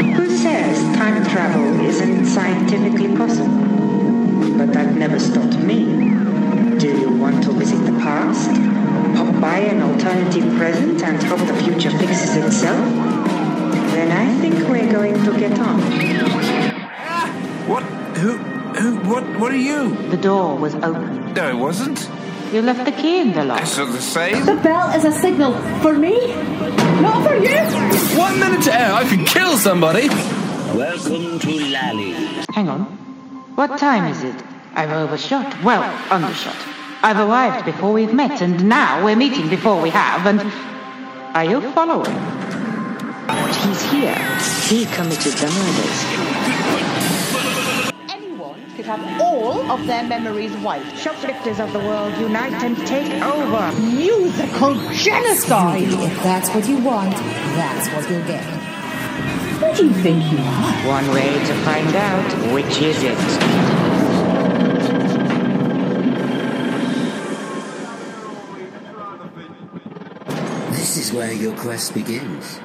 Who says time travel isn't scientifically possible? But that never stopped me. Do you want to visit the past? Pop by an alternative present and hope the future fixes itself? Then I think we're going to get on. What? Who? Who? What? What are you? The door was open. No, it wasn't. You left the key in the lock. So the same. The bell is a signal for me, not for you. One minute to air, I could kill somebody. Welcome to Lally. Hang on. What time is it? I've overshot. Well, undershot. I've arrived before we've met, and now we're meeting before we have, and. Are you following? But he's here. He committed the murders. Anyone could have all of their memories wiped. Shoplifters of the world, unite and take over. Musical genocide! If that's what you want, that's what you'll get. What do you think you are? One way to find out which is it. This is where your quest begins.